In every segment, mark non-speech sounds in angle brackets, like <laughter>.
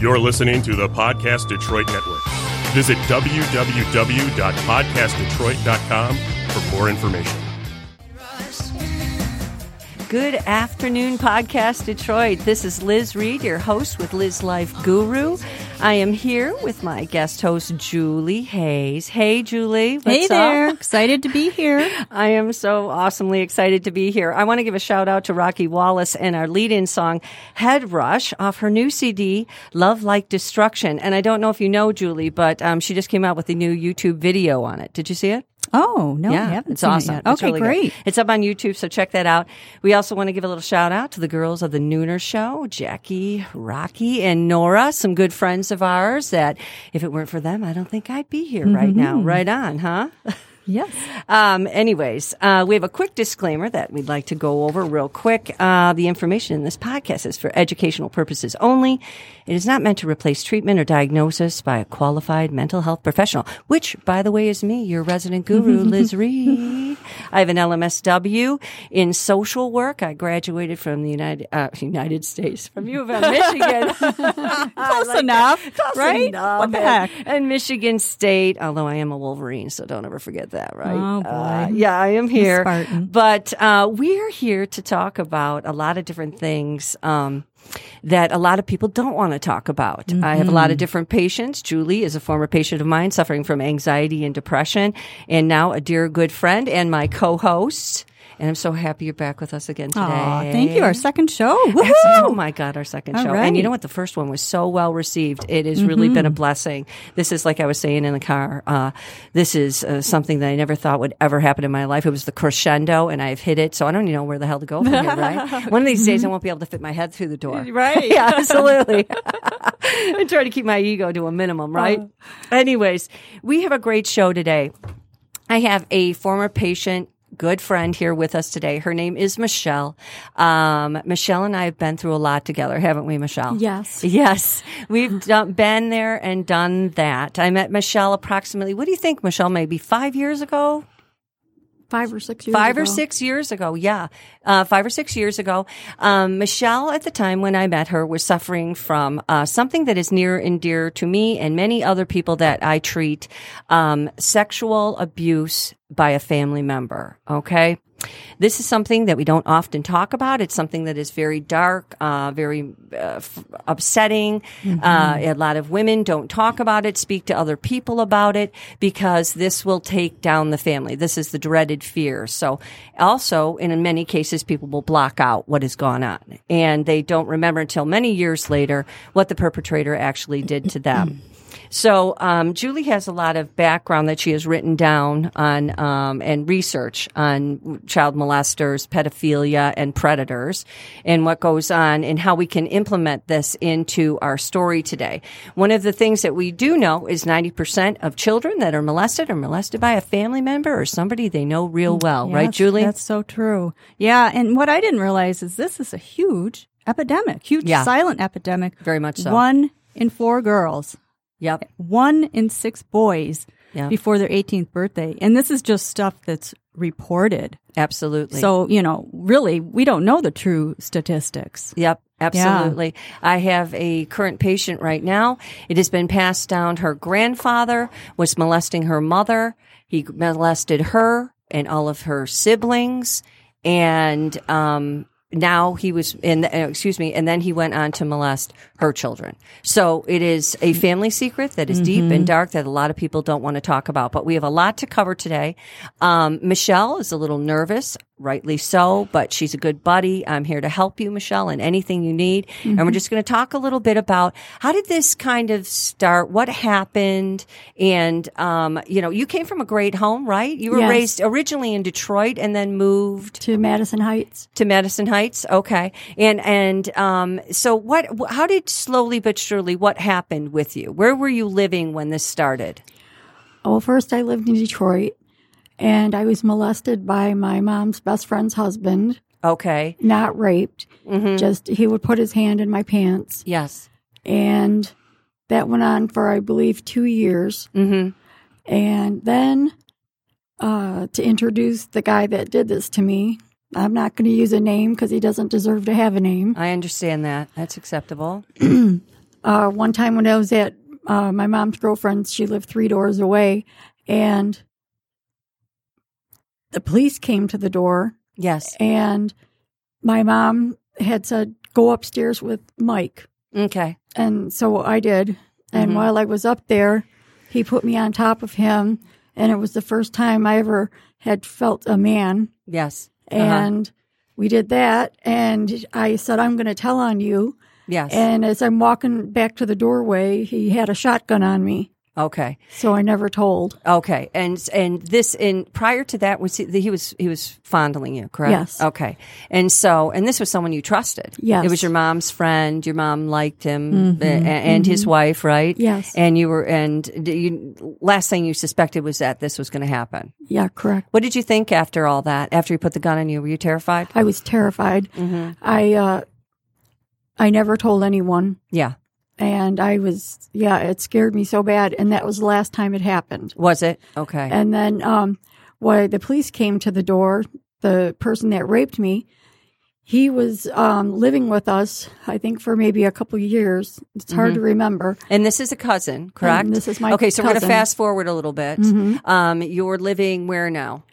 You're listening to the Podcast Detroit Network. Visit www.podcastdetroit.com for more information. Good afternoon, Podcast Detroit. This is Liz Reed, your host with Liz Life Guru. I am here with my guest host, Julie Hayes. Hey, Julie. What's Hey there. Up? Excited to be here. I am so awesomely excited to be here. I want to give a shout out to Rocky Wallace and our lead in song, Head Rush, off her new CD, Love Like Destruction. And I don't know if you know, Julie, but um, she just came out with a new YouTube video on it. Did you see it? Oh, no, I haven't. It's seen it awesome. yet. It's Okay, really good. great. It's up on YouTube, so check that out. We also want to give a little shout out to the girls of the Nooner Show, Jackie, Rocky, and Nora, some good friends of ours that if it weren't for them, I don't think I'd be here right now. Mm-hmm. Right on, huh? <laughs> Yes. Um, anyways, uh, we have a quick disclaimer that we'd like to go over real quick. Uh, the information in this podcast is for educational purposes only. It is not meant to replace treatment or diagnosis by a qualified mental health professional, which, by the way, is me, your resident guru, Liz Reed. I have an LMSW in social work. I graduated from the United uh, <laughs> United States from U of M, Michigan. Close enough. Close right? enough. What the And- heck? And Michigan State, although I am a Wolverine, so don't ever forget that, right? Oh, boy. Uh, yeah, I am here. Spartan. But uh, we're here to talk about a lot of different things um, that a lot of people don't want to talk about. I have a Mm-hmm. lot of different patients. Julie is a former patient of mine suffering from anxiety and depression, and now a dear good friend and my co host. And I'm so happy you're back with us again today. Aw, thank you. Our second show. Woohoo! Excellent. Oh my God, our second All show. And you know right. what? The first one was so well received. It has really been a blessing. This is like I was saying in the car. Uh, this is uh, something that I never thought would ever happen in my life. It was the crescendo, and I've hit it. So I don't even know where the hell to go from here, right? One of these days, I won't be able to fit my head through the door. <laughs> Right. <laughs> yeah, absolutely. I try to keep my ego to a minimum, right? Uh-huh. Anyways, we have a great show today. I have a former patient, good friend here with us today. Her name is Michelle. Um, Michelle and I have been through a lot together, haven't we, Michelle? Yes. Yes. We've done, been there and done that. I met Michelle approximately, what do you think, Michelle? Maybe five years ago? five or six years five ago. or six years ago yeah uh, five or six years ago um, michelle at the time when i met her was suffering from uh, something that is near and dear to me and many other people that i treat um, sexual abuse by a family member okay this is something that we don't often talk about. It's something that is very dark, uh, very uh, f- upsetting. Uh, a lot of women don't talk about it, speak to other people about it, because this will take down the family. This is the dreaded fear. So, also, and in many cases, people will block out what has gone on and they don't remember until many years later what the perpetrator actually did to them. So um, Julie has a lot of background that she has written down on um, and research on child molesters, pedophilia, and predators, and what goes on, and how we can implement this into our story today. One of the things that we do know is ninety percent of children that are molested are molested by a family member or somebody they know real well, right, Mm, Yes, Julie? That's so true. Yeah. And what I didn't realize is this is a huge epidemic, huge Yeah. silent epidemic. Very much so. One in four girls, Yep. one in six boys Yeah. before their 18th birthday. And this is just stuff that's reported. Absolutely. So, you know, really, we don't know the true statistics. Yep, absolutely. I have a current patient right now. It has been passed down. Her grandfather was molesting her mother. He molested her and all of her siblings. And um, now he was in, uh, excuse me, and then he went on to molest her children. So it is a family secret that is deep and dark that a lot of people don't want to talk about. But we have a lot to cover today. Um, Michelle is a little nervous rightly so, but she's a good buddy. I'm here to help you, Michelle, in anything you need. And we're just going to talk a little bit about how did this kind of start? What happened? And, um, you know, you came from a great home, right? You were Yes. raised originally in Detroit and then moved to Madison Heights. to Madison Heights. Okay. And, and, um, so what, wh- how did slowly but surely what happened with you? Where were you living when this started? Well, first I lived in Detroit, and I was molested by my mom's best friend's husband. Okay. Not raped, just he would put his hand in my pants, Yes. and that went on for I believe two years. Mm hmm. And then uh, to introduce the guy that did this to me, I'm not going to use a name because he doesn't deserve to have a name. I understand that. That's acceptable. Uh, one time when I was at uh, my mom's girlfriend's, she lived three doors away, and the police came to the door, Yes. and my mom had said, "Go upstairs with Mike," Okay. and so I did. And Mhm. while I was up there, he put me on top of him, and it was the first time I ever had felt a man. Yes. Uh-huh. And we did that, and I said, "I'm going to tell on you." Yes. And as I'm walking back to the doorway, he had a shotgun on me. okay. So I never told. Okay. And and this and prior to that was he, he was he was fondling you, correct? Yes. Okay. And so and this was someone you trusted. Yes. Mm-hmm. It was your mom's friend. Your mom liked him a- and, his wife, right? Yes. And you were and d- you last thing you suspected was that this was going to happen. Yeah, correct. What did you think after all that? After he put the gun on you, were you terrified? I was terrified. Mm-hmm. I uh, I never told anyone, Yeah. and I was yeah, it scared me so bad. And that was the last time it happened. Was it? Okay. And then um, when the police came to the door, the person that raped me, he was um, living with us. I think for maybe a couple years. It's hard to remember. And this is a cousin, Mm-hmm. correct? um, this is my Okay, so we're going to cousin. Mm-hmm. fast forward a little bit. Um, you're living where now?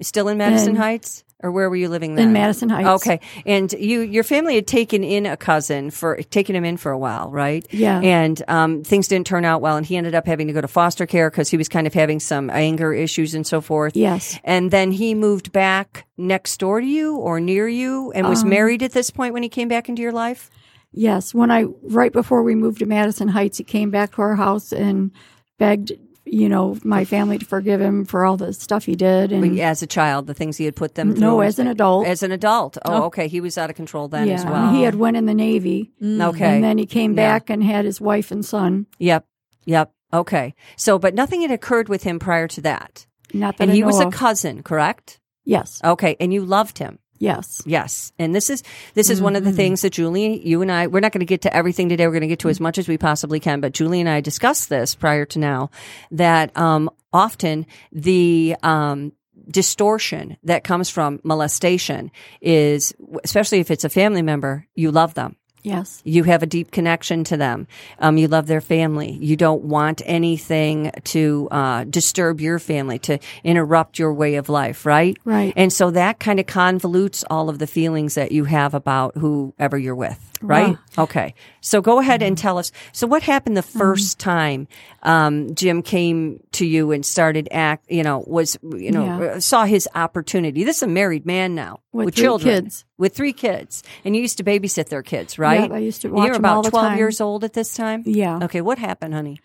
Still in Madison In- Heights, or where were you living then? In Madison Heights. Okay, and you, your family had taken in a cousin for taken him in for a while, right? Yeah. And um, things didn't turn out well, and he ended up having to go to foster care because he was kind of having some anger issues and so forth. Yes. And then he moved back next door to you or near you, and Um, was married at this point when he came back into your life. Yes, when I right before we moved to Madison Heights, he came back to our house and begged, you know, my family to forgive him for all the stuff he did. And as a child, the things he had put them through. Mm. no, as an adult, As an adult. Oh, okay. He was out of control then yeah, as well. Mm-hmm. Mm. he had went in the Navy, Okay. and then he came Yeah. back and had his wife and son. yep. Yep. Okay. So, but nothing had occurred with him prior to that. Not that And I he know was a Oh. of. cousin, correct? yes, Okay. And you loved him. yes, Yes. And this is this is one of the things that Julie, you and I, we're not going to get to everything today. We're going to get to as much as we possibly can. But Julie and I discussed this prior to now that um, often the um, distortion that comes from molestation is, especially if it's a family member, you love them. yes, You have a deep connection to them. Um, you love their family. You don't want anything to uh, disturb your family, to interrupt your way of life, right? Right. And so that kind of convolutes all of the feelings that you have about whoever you're with, right? Okay. So go ahead and tell us. So what happened Mm-hmm. the first time um, Jim came to you and started act? You know, was you know Yeah. uh, saw his opportunity. This is a married man now With three children kids. with three kids, and you used to babysit their kids, right? I used to And watch you were 'em about all the twelve time. years old at this time. yeah. Okay, what happened, honey?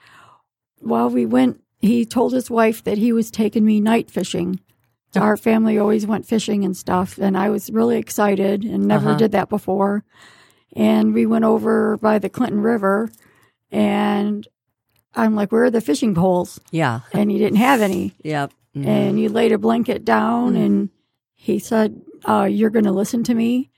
While we went, he told his wife that he was taking me night fishing. Oh. Our family always went fishing and stuff, and I was really excited and never Uh-huh. did that before. And we went over by the Clinton River, and I'm like, Where are the fishing poles? Yeah. And he didn't have any. Yep. Mm. And he laid a blanket down, and he said, uh, You're going to listen to me,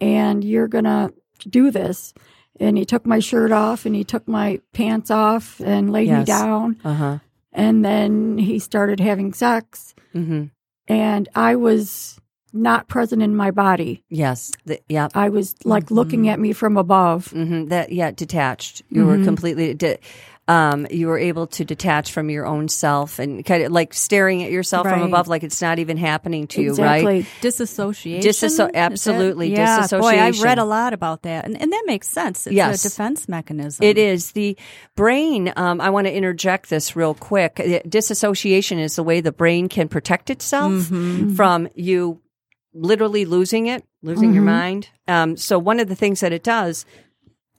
and you're going to do this. And he took my shirt off, and he took my pants off, and laid Yes. me down Uh huh. and then he started having sex Mm-hmm. and i was not present in my body Yes. The, yep. i was like looking at me from above hmm That yeah, detached. You Mm-hmm. were completely. De- um, you were able to detach from your own self and kind of like staring at yourself from Right. above, like it's not even happening to you, right? exactly Disassociation. Disasso- is it? absolutely, Yeah, Boy, I've disassociation. read a lot about that, and, and that makes sense. It's Yes. a defense mechanism. It is the brain. Um, I want to interject this real quick. Uh, Disassociation is the way the brain can protect itself from you literally losing it, losing your mind. Um, so one of the things that it does.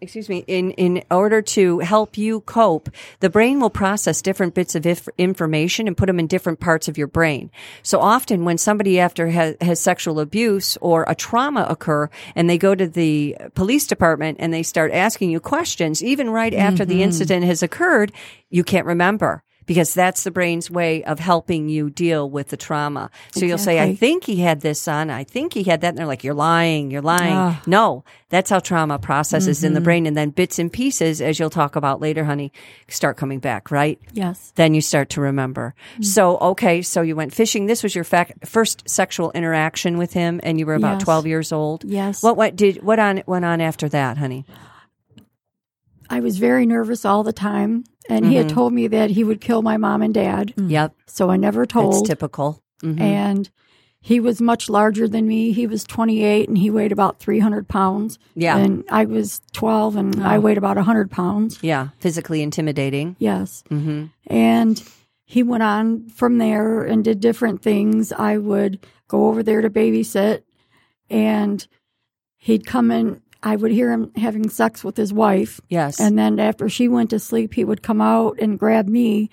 Excuse me. In in order to help you cope, the brain will process different bits of if, information and put them in different parts of your brain. So often, when somebody after has, has sexual abuse or a trauma occur, and they go to the police department and they start asking you questions, even right after the incident has occurred, you can't remember because that's the brain's way of helping you deal with the trauma. So you'll say, I Exactly. think he had this on. I think he had that. And they're like, you're lying. You're lying. Ah. No, that's how trauma processes in the Mm-hmm. brain. And then bits and pieces, as you'll talk about later, honey, start coming back, right? yes Then you start to remember. Mm. So, okay. So you went fishing. This was your fac- first sexual interaction with him and you were about Yes. 12 years old. yes What, what did, what on, went on after that, honey? I was very nervous all the time. And he had Mhm. told me that he would kill my mom and dad. Yep. So I never That's told. typical. Mhm. Hmm. And he was much larger than me. He was 28 and he weighed about 300 pounds. Yeah. And I was 12 and I weighed about 100 pounds. yeah. Physically intimidating. Yes. hmm And he went on from there and did different things. I would go over there to babysit and he'd come in. I would hear him having sex with his wife. Yes. And then after she went to sleep, he would come out and grab me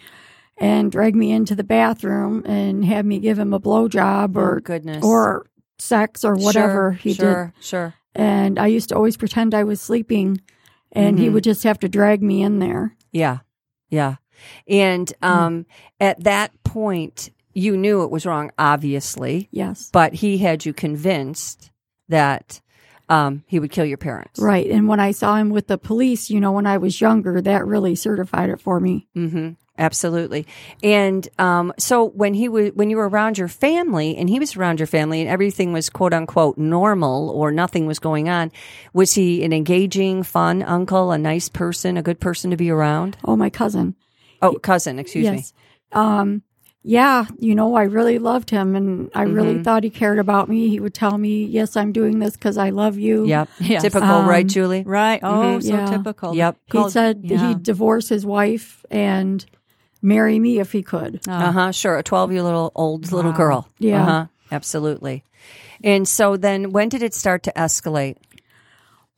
and drag me into the bathroom and have me give him a blowjob Oh, or goodness. or sex or whatever Sure, he sure, Sure. did. And I used to always pretend I was sleeping and he Mhm. would just have to drag me in there. Yeah. Yeah. And Hmm. um, at that point, you knew it was wrong, obviously, Yes. but he had you convinced that um, he would kill your parents. Right. And when I saw him with the police, you know, when I was younger, that really certified it for me. Mm-hmm. Absolutely. And um, so when he was when you were around your family and he was around your family and everything was quote unquote normal or nothing was going on, was he an engaging, fun uncle, a nice person, a good person to be around? Oh, my cousin. Oh, cousin, excuse me. yes. Um, yeah, you know, I really loved him and I Mm-hmm. really thought he cared about me. He would tell me, yes, I'm doing this because I love you. Yep. Yes. Typical, Um, right, Julie? Right. Oh, so Yeah. typical. Yep. He Called- said that yeah. he'd divorce his wife and marry me if he could. Uh huh. Sure. A 12 year old old little girl. Uh-huh. Yeah. Uh-huh. Absolutely. And so then when did it start to escalate?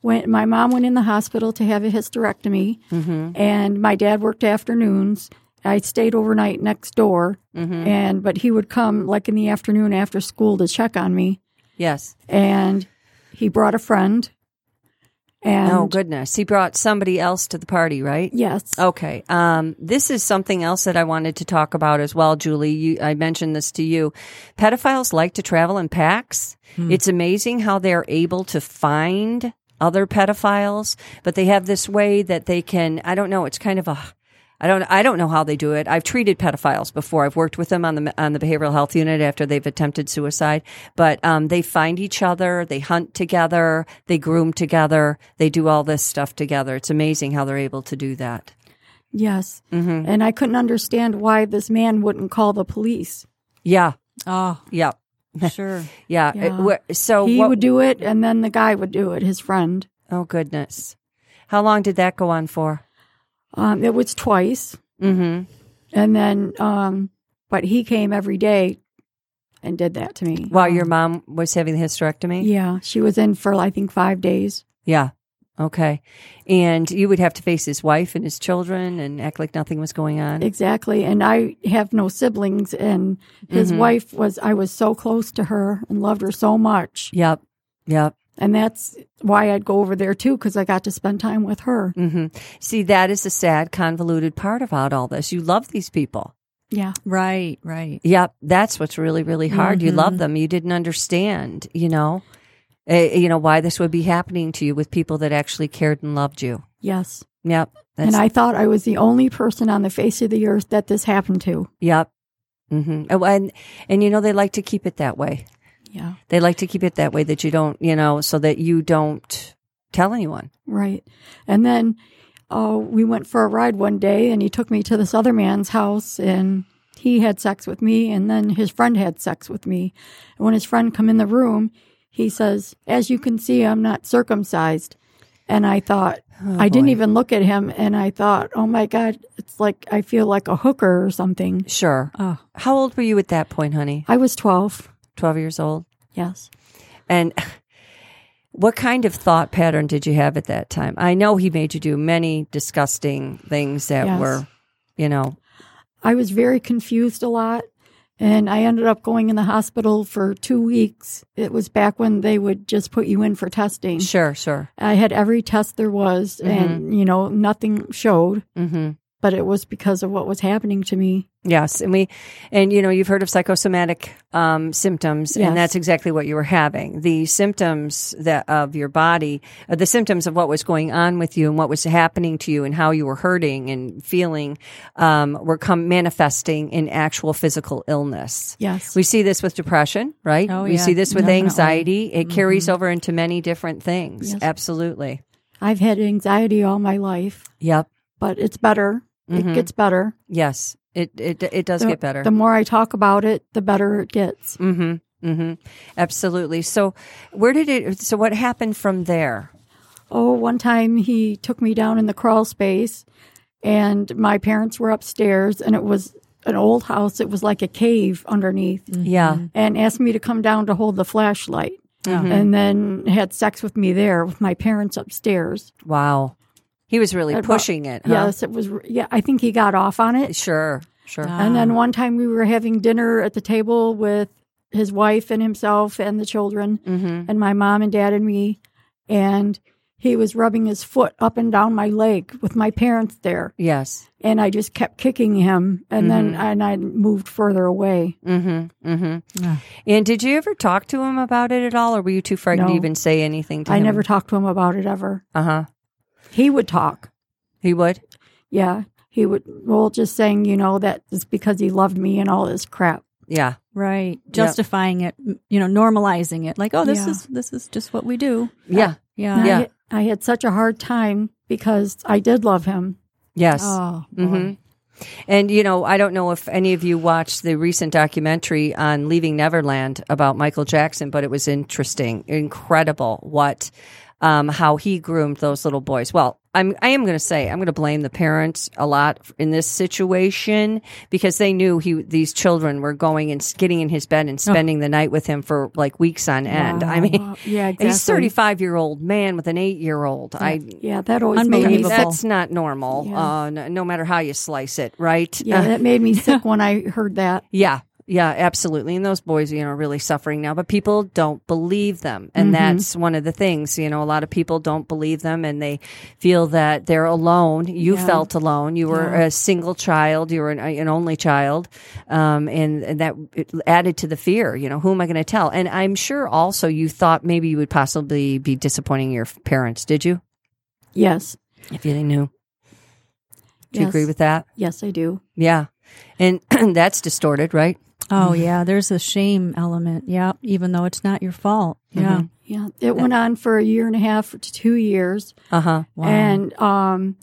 When my mom went in the hospital to have a hysterectomy, Mm-hmm. and my dad worked afternoons. I stayed overnight next door, Mm-hmm. and but he would come like in the afternoon after school to check on me, Yes. and he brought a friend. And oh, goodness. He brought somebody else to the party, right? yes, Okay. Um, this is something else that I wanted to talk about as well, Julie. You, I mentioned this to you. Pedophiles like to travel in packs. It's amazing how they're able to find other pedophiles, but they have this way that they can, I don't know, it's kind of a, I don't, I don't know how they do it. I've treated pedophiles before. I've worked with them on the, on the behavioral health unit after they've attempted suicide, but, um, they find each other, they hunt together, they groom together, they do all this stuff together. It's amazing how they're able to do that. yes, Mm-hmm. and I couldn't understand why this man wouldn't call the police. Yeah, <laughs> Oh, yeah, sure. yeah. It- Yeah. where- so he what? would do it, and then the guy would do it. His friend. oh goodness, how long did that go on for? Um, it was twice. Mm-hmm. And then, um, but he came every day and did that to me. While your mom was having the hysterectomy. Yeah, she was in for I think five days. Yeah. Okay. And you would have to face his wife and his children and act like nothing was going on. Exactly. And I have no siblings, and his wife was, I was so close to her and loved her so much. Yep. Yep. And that's why I'd go over there too, because I got to spend time with her. hmm See, that is the sad, convoluted part about all this. You love these people. Yeah. Right. Right. Yep, that's what's really really hard. You Mm-hmm. love them. You didn't understand, you know, uh, you know why this would be happening to you with people that actually cared and loved you. Yes. Yep, that's, and I thought I was the only person on the face of the earth that this happened to. yep. hmm Oh, and and you know they like to keep it that way. Yeah. They like to keep it that way that you don't, you know, so that you don't tell anyone. Right. And then uh, we went for a ride one day, and he took me to this other man's house, and he had sex with me, and then his friend had sex with me. And when his friend come in the room, he says, "As you can see, I'm not circumcised." And I thought, I didn't even look at him, and I thought, "Oh my God, it's like I feel like a hooker or something." Sure. Oh. How old were you at that point, honey? I was twelve. Twelve years old. Yes. And <sighs> what kind of thought pattern did you have at that time? I know he made you do many disgusting things that Yes. were, you know, I was very confused a lot. And I ended up going in the hospital for two weeks. It was back when they would just put you in for testing. sure, Mm-hmm. sure. I had every test there was, and, you know, nothing showed, hmm but it was because of what was happening to me. Yes. And we, and you know, you've heard of psychosomatic um, symptoms, Yes. and that's exactly what you were having. The symptoms that of your body, uh, the symptoms of what was going on with you and what was happening to you and how you were hurting and feeling um, were come manifesting in actual physical illness. Yes. We see this with depression, right? Oh, we yeah, see this with definitely. Mm-hmm. anxiety. It carries over into many different things. Yes. Absolutely. I've had anxiety all my life, Yep. but it's better. It Mhm. gets better. Yes. It it it does the, get better. The more I talk about it, the better it gets. hmm hmm Absolutely. So where did it? So what happened from there? Oh, one time he took me down in the crawl space, and my parents were upstairs, and it was an old house. It was like a cave underneath, Yeah. and asked me to come down to hold the flashlight. Mm-hmm. And then had sex with me there with my parents upstairs. Wow. He was really About- pushing it. Huh? Yes, it was. Yeah, I think he got off on it. Sure. Sure. And then one time we were having dinner at the table with his wife and himself and the children hmm and my mom and dad and me. And he was rubbing his foot up and down my leg with my parents there. Yes. And I just kept kicking him. And then and I moved further away. hmm hmm And did you ever talk to him about it at all, or were you too frightened to No. even say anything to I him? never talked to him about it ever. Uh huh. He would talk. He would. Yeah. He would, well, just saying, you know, that it's because he loved me and all this crap. Yeah. Right. Justifying it, m- you know, normalizing it. Like, oh, this Yeah. is this is just what we do. Yeah. Yeah. And Yeah. I, I had such a hard time because I did love him. Yes. Oh. boy. Mhm. And you know, I don't know if any of you watched the recent documentary on Leaving Neverland about Michael Jackson, but it was interesting, incredible what um, how he groomed those little boys. Well, I'm I am going to say I'm going to blame the parents a lot in this situation because they knew he these children were going and s- getting in his bed and spending the night with him for like weeks on end. I mean, <laughs> Oh. Wow. Uh, yeah, and he's exactly. 35 year old man with an 8 year old. I Yeah, that always made me Unbelievable. sick. that's not normal. Yeah. Uh, no, no matter how you slice it, right? Yeah, Uh, that made me sick when I heard that. yeah, yeah, absolutely. And those boys, you know, are really suffering now, but people don't believe them, and Mm-hmm. that's one of the things. You know, a lot of people don't believe them, and they feel that they're alone. You Yeah. felt alone. You were a single child. You were an, an only child, um, and, and that it added to the fear. You know, who am I going to tell? And I'm sure also you thought maybe you would possibly be disappointing your f- parents. Did you? Yes. If you knew, do you yes. agree with that? Yes, I do. Yeah. And <clears throat> that's distorted, right? Oh yeah. There's a shame element. Yeah. Even though it's not your fault. Yeah. Yeah, it went on for a year and a half to two years, Uh huh. Wow. and um,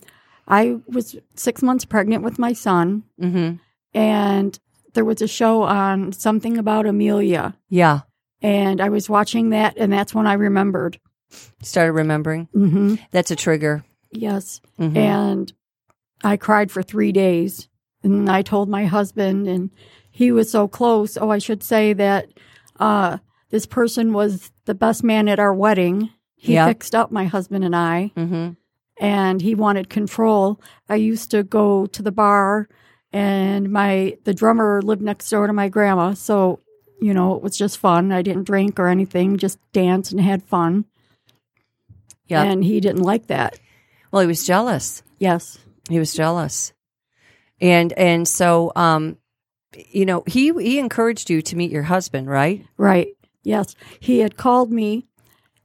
I was six months pregnant with my son, Mm hmm. and there was a show on something about Amelia, Yeah. and I was watching that, and that's when I remembered. Started remembering. Mm-hmm. That's a trigger. Yes, Mhm. and I cried for three days, and I told my husband, and he was so close. Oh, I should say that uh, this person was the best man at our wedding. He Yeah. fixed up my husband and I. Mm and he wanted control. I used to go to the bar and my the drummer lived next door to my grandma, so you know, it was just fun. I didn't drink or anything, just danced and had fun. Yeah. And he didn't like that. Well, he was jealous. Yes. He was jealous. And, and so, um, you know, he, he encouraged you to meet your husband, right? Right. Yes. He had called me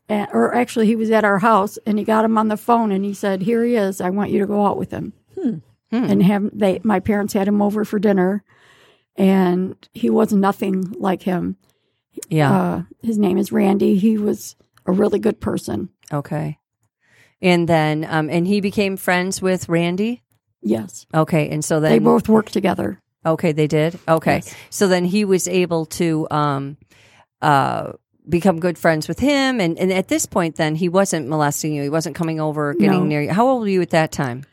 uh or actually he was at our house and he got him on the phone and he said, "Here he is. I want you to go out with him." Hmm. And have they my parents had him over for dinner and he was nothing like him. Yeah. Uh, his name is Randy. He was a really good person. okay. And then, um, and he became friends with Randy. Yes. Okay. And so then, they both worked together. okay, they did. Okay. So then he was able to, um, uh, become good friends with him. And, and at this point, then he wasn't molesting you. He wasn't coming over, or getting No. near you. How old were you at that time?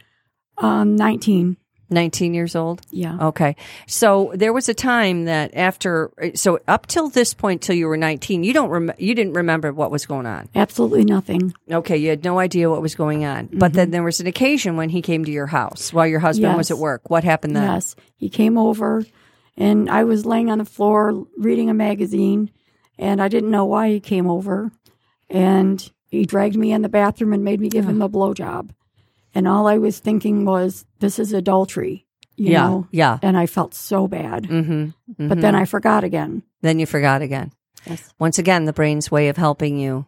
Um, 19. 19 years old. Yeah. Okay. So there was a time that after, so up till this point, till you were 19, you don't, rem- you didn't remember what was going on. Absolutely nothing. Okay. You had no idea what was going on. But then there was an occasion when he came to your house while your husband was Mm-hmm. Yes. at work. What happened then? Yes. He came over and I was laying on the floor reading a magazine and I didn't know why he came over. And he dragged me in the bathroom and made me give him a blowjob. And all I was thinking was, this is adultery. You Yeah. Know? Yeah. And I felt so bad. Mm-hmm. But then I forgot again. Then you forgot again. Yes. Once again, the brain's way of helping you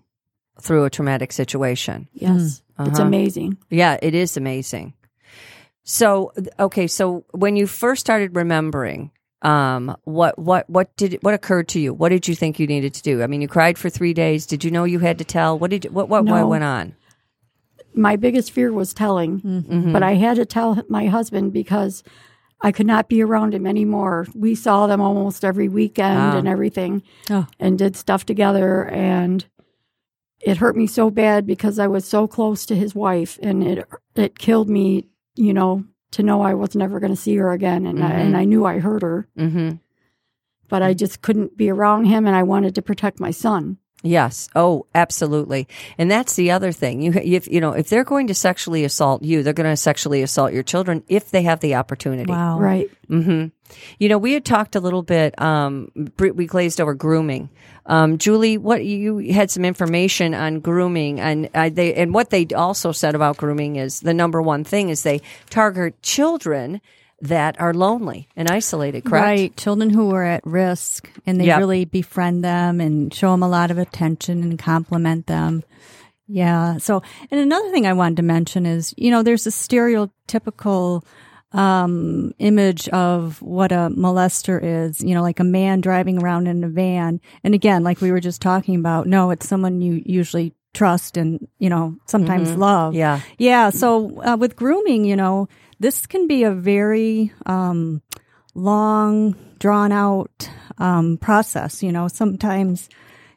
through a traumatic situation. Yes. It's Uh-huh. amazing. Yeah, it is amazing. So, th- okay, so when you first started remembering, um, what what what did what occurred to you? What did you think you needed to do? I mean, you cried for three days. Did you know you had to tell? What did you, what what what No. went on? Mm-hmm. my biggest fear was telling, but I had to tell my husband because I could not be around him anymore. We saw them almost every weekend Wow. and everything Oh. and did stuff together. And it hurt me so bad because I was so close to his wife and it, it killed me, you know, to know I was never going to see her again. And, I, Mhm. and I knew I hurt her, Mm-hmm. but I just couldn't be around him. And I wanted to protect my son. Yes. Oh, absolutely. And that's the other thing. You, if you know, if they're going to sexually assault you, they're going to sexually assault your children if they have the opportunity. Wow. Right. hmm You know, we had talked a little bit. Um, br- we glazed over grooming. Um, Julie, what you you had some information on grooming, and uh, they and what they also said about grooming is the number one thing is they target children that are lonely and isolated. Correct. Right. Children who are at risk and they Yep. really befriend them and show them a lot of attention and compliment them. Yeah. So, and another thing I wanted to mention is, you know, there's a stereotypical um, image of what a molester is, you know, like a man driving around in a van. And again, like we were just talking about, no, it's someone you usually trust and, you know, sometimes love. Mm-hmm. Yeah. Yeah. So uh, with grooming, you know, this can be a very um, long, drawn out um, process. You know, sometimes,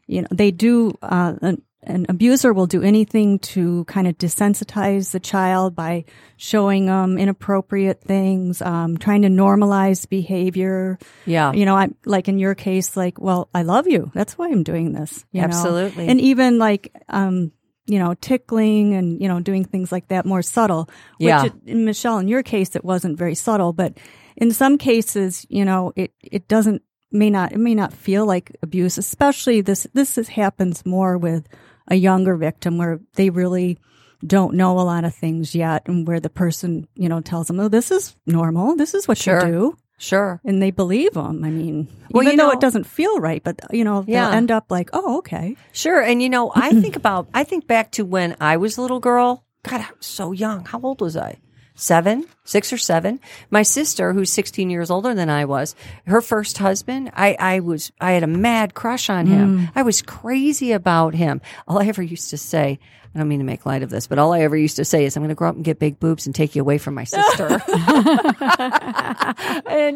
you know, they do, uh, an, an abuser will do anything to kind of desensitize the child by showing them inappropriate things, um, trying to normalize behavior. Yeah. You know, I'm like in your case, like, well, I love you. That's why I'm doing this. You know? Absolutely. And even like, um, you know, tickling and, you know, doing things like that more subtle. Which Yeah. it- in Michelle, in your case, it wasn't very subtle, but in some cases, you know, it, it doesn't, may not, it may not feel like abuse, especially this, this is, happens more with a younger victim where they really don't know a lot of things yet and where the person, you know, tells them, oh, this is normal. This is what Sure. you do Sure. and they believe them. I mean, Well, even you though know- it doesn't feel right, but you know, they'll Yeah. end up like, oh, okay, Sure. And you know, I think about, I think back to when I was a little girl. God, I was so young. How old was I? Seven, six or seven. My sister, who's 16 years older than I was, her first husband, I, I was, I had a mad crush on him. I was crazy about him. All I ever used to say, I don't mean to make light of this, but all I ever used to say is, I'm going to grow up and get big boobs and take you away from my sister. <laughs> and <laughs> and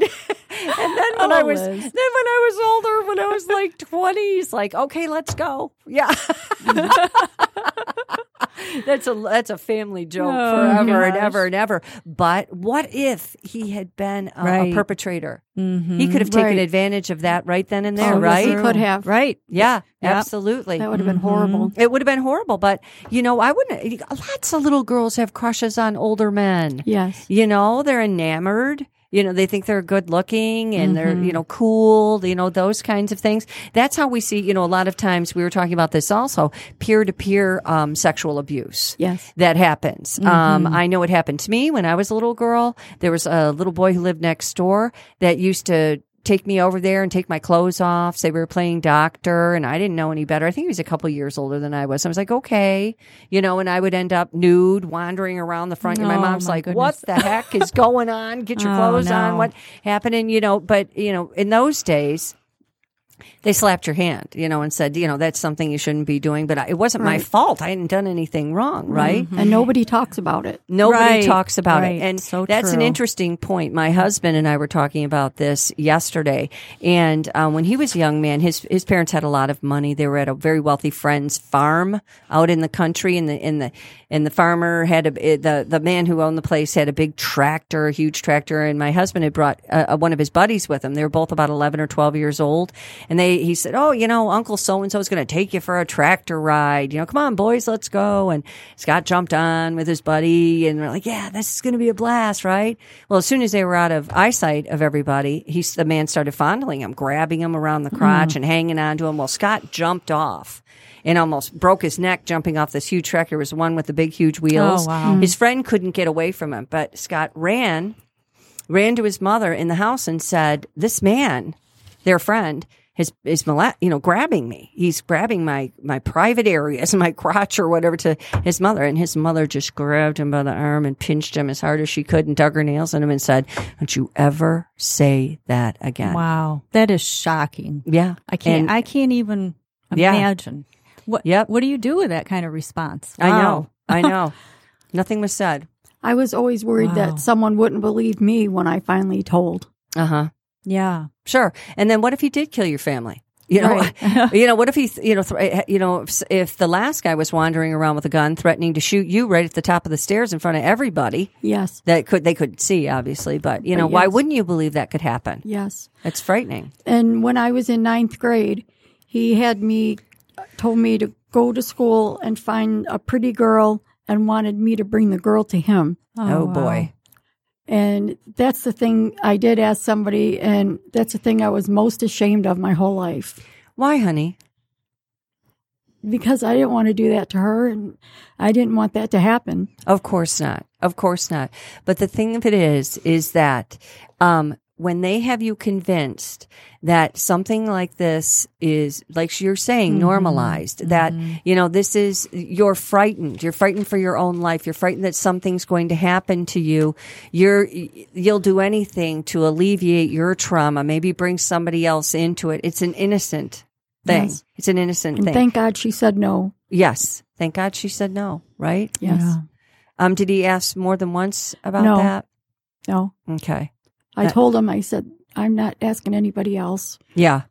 then when I was Oh, then Liz. when I was older, when I was like twenties, like okay, let's go. Yeah, <laughs> that's a that's a family joke Oh, forever and gosh. ever and ever. But what if he had been a, a Right. perpetrator? He could have taken Right. advantage of that right then and there, Oh, yes, right? he could have. right? Yeah, Yep. absolutely. Mm-hmm. That would have been horrible. It would have been horrible, but you know, I wouldn't. Lots of little girls have crushes on older men. Yes. You know, they're enamored. You know, they think they're good looking and Mm-hmm. they're, you know, cool, you know, those kinds of things. That's how we see, you know, a lot of times we were talking about this also peer to peer sexual abuse Yes. that happens. Mm-hmm. Um, I know it happened to me when I was a little girl. There was a little boy who lived next door that used to take me over there and take my clothes off. Say we were playing doctor, and I didn't know any better. I think he was a couple years older than I was. I was like, okay, you know, and I would end up nude wandering around the front, and my Oh, mom's my like, what goodness. the heck is going on? Get your <laughs> Oh, clothes on. no. What happened? And you know, but you know, in those days they slapped your hand, you know, and said, you know, that's something you shouldn't be doing. But I, it wasn't my Right. fault. I hadn't done anything wrong, right? Mm-hmm. And nobody talks about it. Nobody Right, talks about right, it. And so that's an true. interesting point. My husband and I were talking about this yesterday. And um, when he was a young man, his, his parents had a lot of money. They were at a very wealthy friend's farm out in the country. And the, and the, and the farmer had a, eh, the, the man who owned the place had a big tractor, a huge tractor. And my husband had brought uh, one of his buddies with him. They were both about 11 or 12 years old. And they, he said, Oh, you know, Uncle so and so is going to take you for a tractor ride. You know, come on, boys, let's go. And Scott jumped on with his buddy and we're like, yeah, this is going to be a blast, right? Well, as soon as they were out of eyesight of everybody, he, the man started fondling him, grabbing him around the crotch and hanging on to him. Well, Scott jumped off and almost broke his neck jumping off this huge tractor. It was the one with the big, huge wheels. wow. His friend couldn't get away from him, but Scott ran ran to his mother in the house and said, "This man, their friend, is is mola- you know grabbing me. He's grabbing my my private areas, <laughs> my crotch or whatever." To his mother, and his mother just grabbed him by the arm and pinched him as hard as she could, and dug her nails in him and said, "Don't you ever say that again." Wow, that is shocking. Yeah, I can't. And- I can't even Yeah. imagine. What? Yep. What do you do with that kind of response? I Wow. know. I <laughs> know. Nothing was said. I was always worried Wow. that someone wouldn't believe me when I finally told. Uh huh. Uh-huh. Yeah. Sure. And then what if he did kill your family? You know, <laughs> Right. you know, what if he, th- you know, th- you know, if, if the last guy was wandering around with a gun, threatening to shoot you right at the top of the stairs in front of everybody Yes. that could they could see, obviously. But you know, Yes. why wouldn't you believe that could happen? Yes. It's frightening. And when I was in ninth grade, he had me told me to go to school and find a pretty girl and wanted me to bring the girl to him. Oh, wow. boy. And that's the thing I did ask somebody, and that's the thing I was most ashamed of my whole life Why, honey? because I didn't want to do that to her and I didn't want that to happen. Of course not. Of course not. But the thing of it is, is that um, when they have you convinced that something like this is, like you're saying, Mm-hmm. normalized, that, you know, this is, you're frightened. You're frightened for your own life. You're frightened that something's going to happen to you. You're, you'll do anything to alleviate your trauma, maybe bring somebody else into it. It's an innocent thing. Yes. It's an innocent And thing. thank God she said no. yes. Thank God she said no, right? Yes. Yeah. Um, did he ask more than once about No. that? No. Okay. I That- told him, I said, I'm not asking anybody else. Yeah.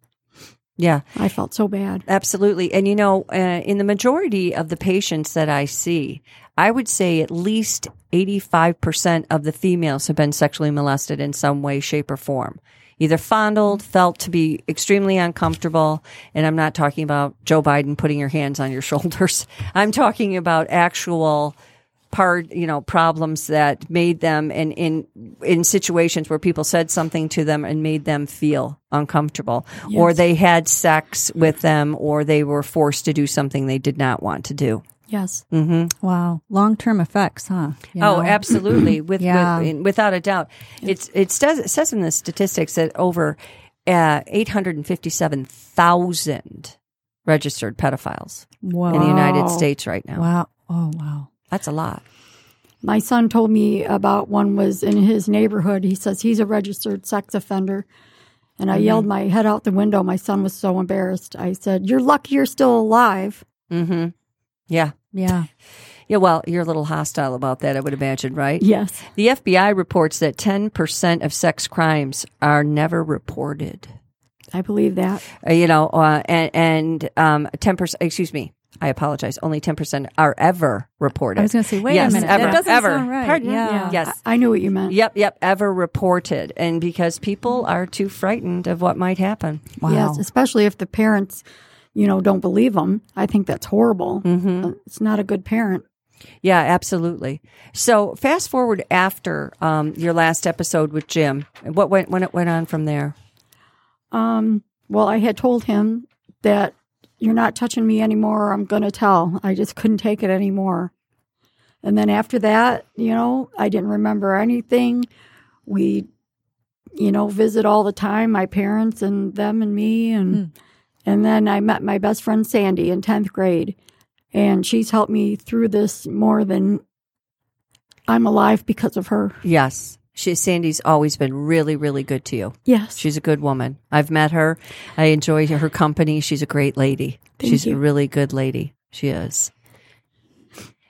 Yeah, I felt so bad. absolutely. And you know, uh, in the majority of the patients that I see, I would say at least 85% of the females have been sexually molested in some way, shape, or form. Either fondled, felt to be extremely uncomfortable. And I'm not talking about Joe Biden putting your hands on your <laughs> shoulders. I'm talking about actual part you know problems that made them and in in situations where people said something to them and made them feel uncomfortable or they had sex with them or they were forced to do something they did not want to do Yes. Wow. Long term effects, huh? You Oh, know? <clears throat> absolutely, with, Yeah. with in- without a doubt. It's it says it says in the statistics that over uh, eight hundred and fifty seven thousand registered pedophiles Whoa. in the United Wow. States right now. Wow. Oh, wow. That's a lot. My son told me about one was in his neighborhood. He says he's a registered sex offender. And I yelled my head out the window. My son was so embarrassed. I said, You're lucky you're still alive. hmm Yeah. Yeah. Yeah, well, you're a little hostile about that, I would imagine, right? Yes. The FBI reports that 10% of sex crimes are never reported. I believe that. Uh, you know, uh, and, and um, 10%, excuse me, I apologize, only 10% are ever reported. I was going to say, wait Yes, a minute. ever, that doesn't ever. sound right. Pardon? Yeah. Yes. Uh, I, I knew what you meant. Yep, yep, ever reported. And because people are too frightened of what might happen. Wow. Yes. Especially if the parents, you know, don't believe them. I think that's horrible. Uh, It's not a good parent. Yeah, absolutely. So fast forward after um, your last episode with Jim, what went, when it went on from there? Um, well, I had told him that you're not touching me anymore. I'm going to tell. I just couldn't take it anymore. And then after that, you know, I didn't remember anything. We, you know, visit all the time, my parents and them and me. And, and then I met my best friend, Sandy, in 10th grade. And she's helped me through this more than I'm alive because of her. Yes. She, Sandy's always been really, really good to you. Yes. She's a good woman. I've met her. I enjoy her company. She's a great lady. Thank She's a you. really good lady. She is.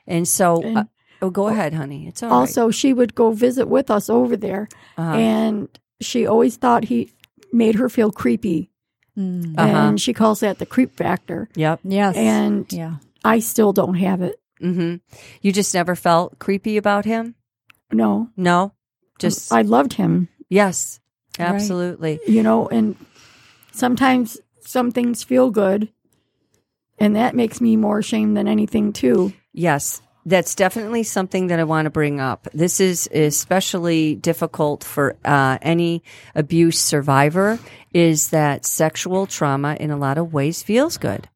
And so, uh, And- oh, go ahead, honey. It's all right. also she would go visit with us over there Uh-huh. and she always thought he made her feel creepy Mm. Uh-huh. and she calls that the creep factor Yep. Yes. and yeah. i still don't have it hmm You just never felt creepy about him? no No. Just Um, i loved him yes. Right. Absolutely. you know and sometimes some things feel good and that makes me more ashamed than anything too Yes, that's definitely something that I want to bring up. This is especially difficult for uh, any abuse survivor. Is that sexual trauma in a lot of ways feels good.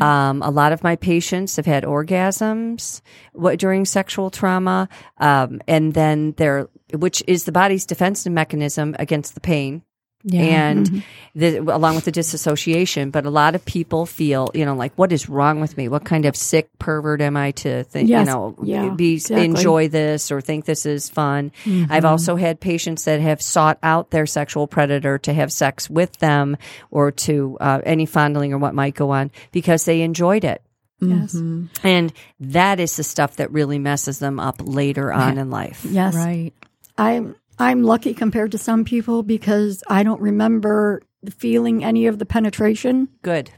Um, a lot of my patients have had orgasms what, during sexual trauma, um, and then they're which is the body's defense mechanism against the pain Yeah. and the, along with the disassociation. But a lot of people feel, you know, like, what is wrong with me? What kind of sick pervert am I to think, you Yes. know, Yeah, be exactly. enjoy this or think this is fun? I've also had patients that have sought out their sexual predator to have sex with them or to uh, any fondling or what might go on because they enjoyed it. Yes. Mhm. And that is the stuff that really messes them up later on in life. Yes. Right. I'm I'm lucky compared to some people because I don't remember feeling any of the penetration. Good.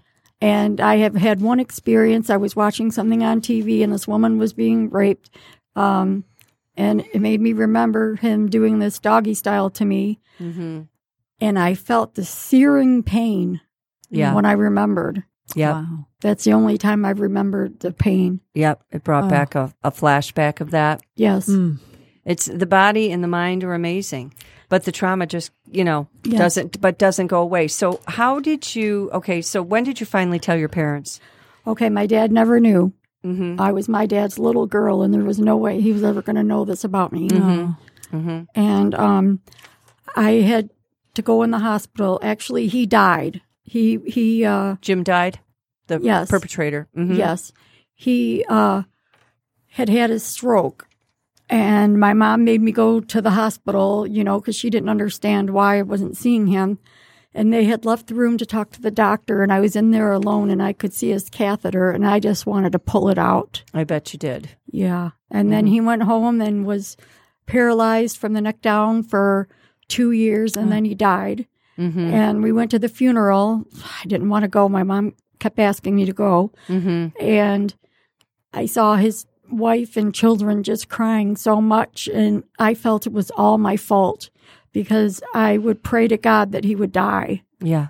And I have had one experience. I was watching something on TV, and this woman was being raped. Um, and it made me remember him doing this doggy style to me. Mm-hmm. And I felt the searing pain Yeah. when I remembered. Yep. Wow. That's the only time I've remembered the pain. Yep. It brought Oh. back a, a flashback of that. Yes. Mm. It's the body and the mind are amazing, but the trauma just, you know, Yes. doesn't, but doesn't go away. So how did you, okay. So when did you finally tell your parents? Okay, my dad never knew. Mm-hmm. I was my dad's little girl, and there was no way he was ever going to know this about me. Mm-hmm. and um, I had to go in the hospital. Actually, he died. He he uh, Jim died, the Yes. perpetrator. Mm-hmm. yes, he uh, had had a stroke, and my mom made me go to the hospital. You know, because she didn't understand why I wasn't seeing him. And they had left the room to talk to the doctor, and I was in there alone, and I could see his catheter, and I just wanted to pull it out. I bet you did. Yeah. And then Mm-hmm. he went home and was paralyzed from the neck down for two years and then he died. Mm-hmm. And we went to the funeral. I didn't want to go. My mom kept asking me to go. Mm-hmm. And I saw his wife and children just crying so much. And I felt it was all my fault because I would pray to God that he would die. Yeah.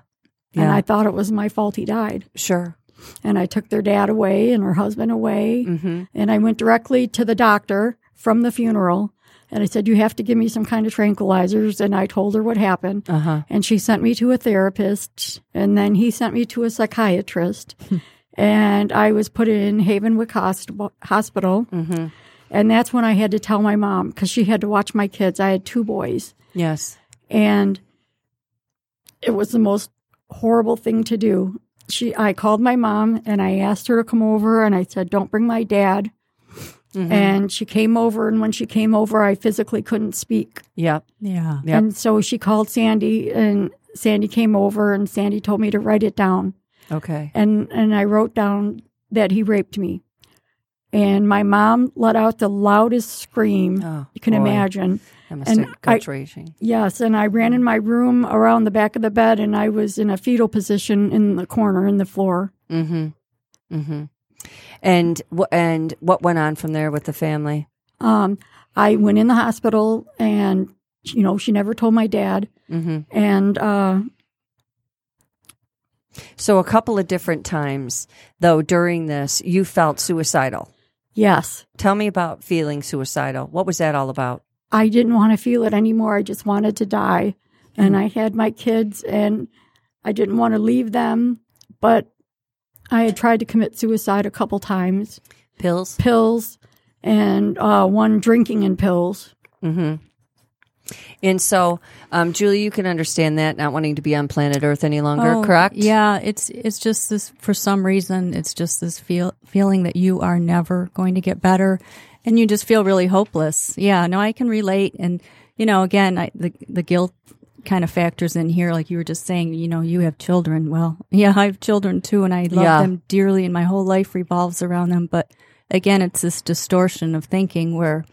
And Yeah. I thought it was my fault he died. sure. And I took their dad away and her husband away. Mm-hmm. And I went directly to the doctor from the funeral. And I said, You have to give me some kind of tranquilizers. And I told her what happened. Uh huh. And she sent me to a therapist. And then he sent me to a psychiatrist. and I was put in Havenwick Hosp- Hospital. Mhm. And that's when I had to tell my mom because she had to watch my kids. I had two boys. Yes. And it was the most horrible thing to do. She, I called my mom and I asked her to come over. And I said, Don't bring my dad. Mm-hmm. And she came over, and when she came over, I physically couldn't speak. yep. Yeah. Yep. And so she called Sandy, and Sandy came over, and Sandy told me to write it down. Okay. And, and I wrote down that he raped me. And my mom let out the loudest scream Oh, you can boy. imagine. That must and have I- gut raging. Yes. And I ran in my room around the back of the bed, and I was in a fetal position in the corner in the floor. Mm-hmm. Mm-hmm. And wh- and what went on from there with the family? Um, I went in the hospital, and, you know, she never told my dad. Mm-hmm. And, uh, So a couple of different times though during this, you felt suicidal. yes. Tell me about feeling suicidal. What was that all about? I didn't want to feel it anymore. I just wanted to die. And I had my kids and I didn't want to leave them, but I had tried to commit suicide a couple times. Pills. Pills and uh, one drinking in pills. Mm-hmm. And so, um, Julie, you can understand that not wanting to be on planet Earth any longer, Oh, correct? Yeah, it's it's just this for some reason it's just this feel feeling that you are never going to get better and you just feel really hopeless. Yeah, no I can relate and you know again I, the the guilt kind of factors in here like you were just saying, you know, you have children. Well, <laughs> yeah, I have children too and I love Yeah. them dearly and my whole life revolves around them, but again it's this distortion of thinking where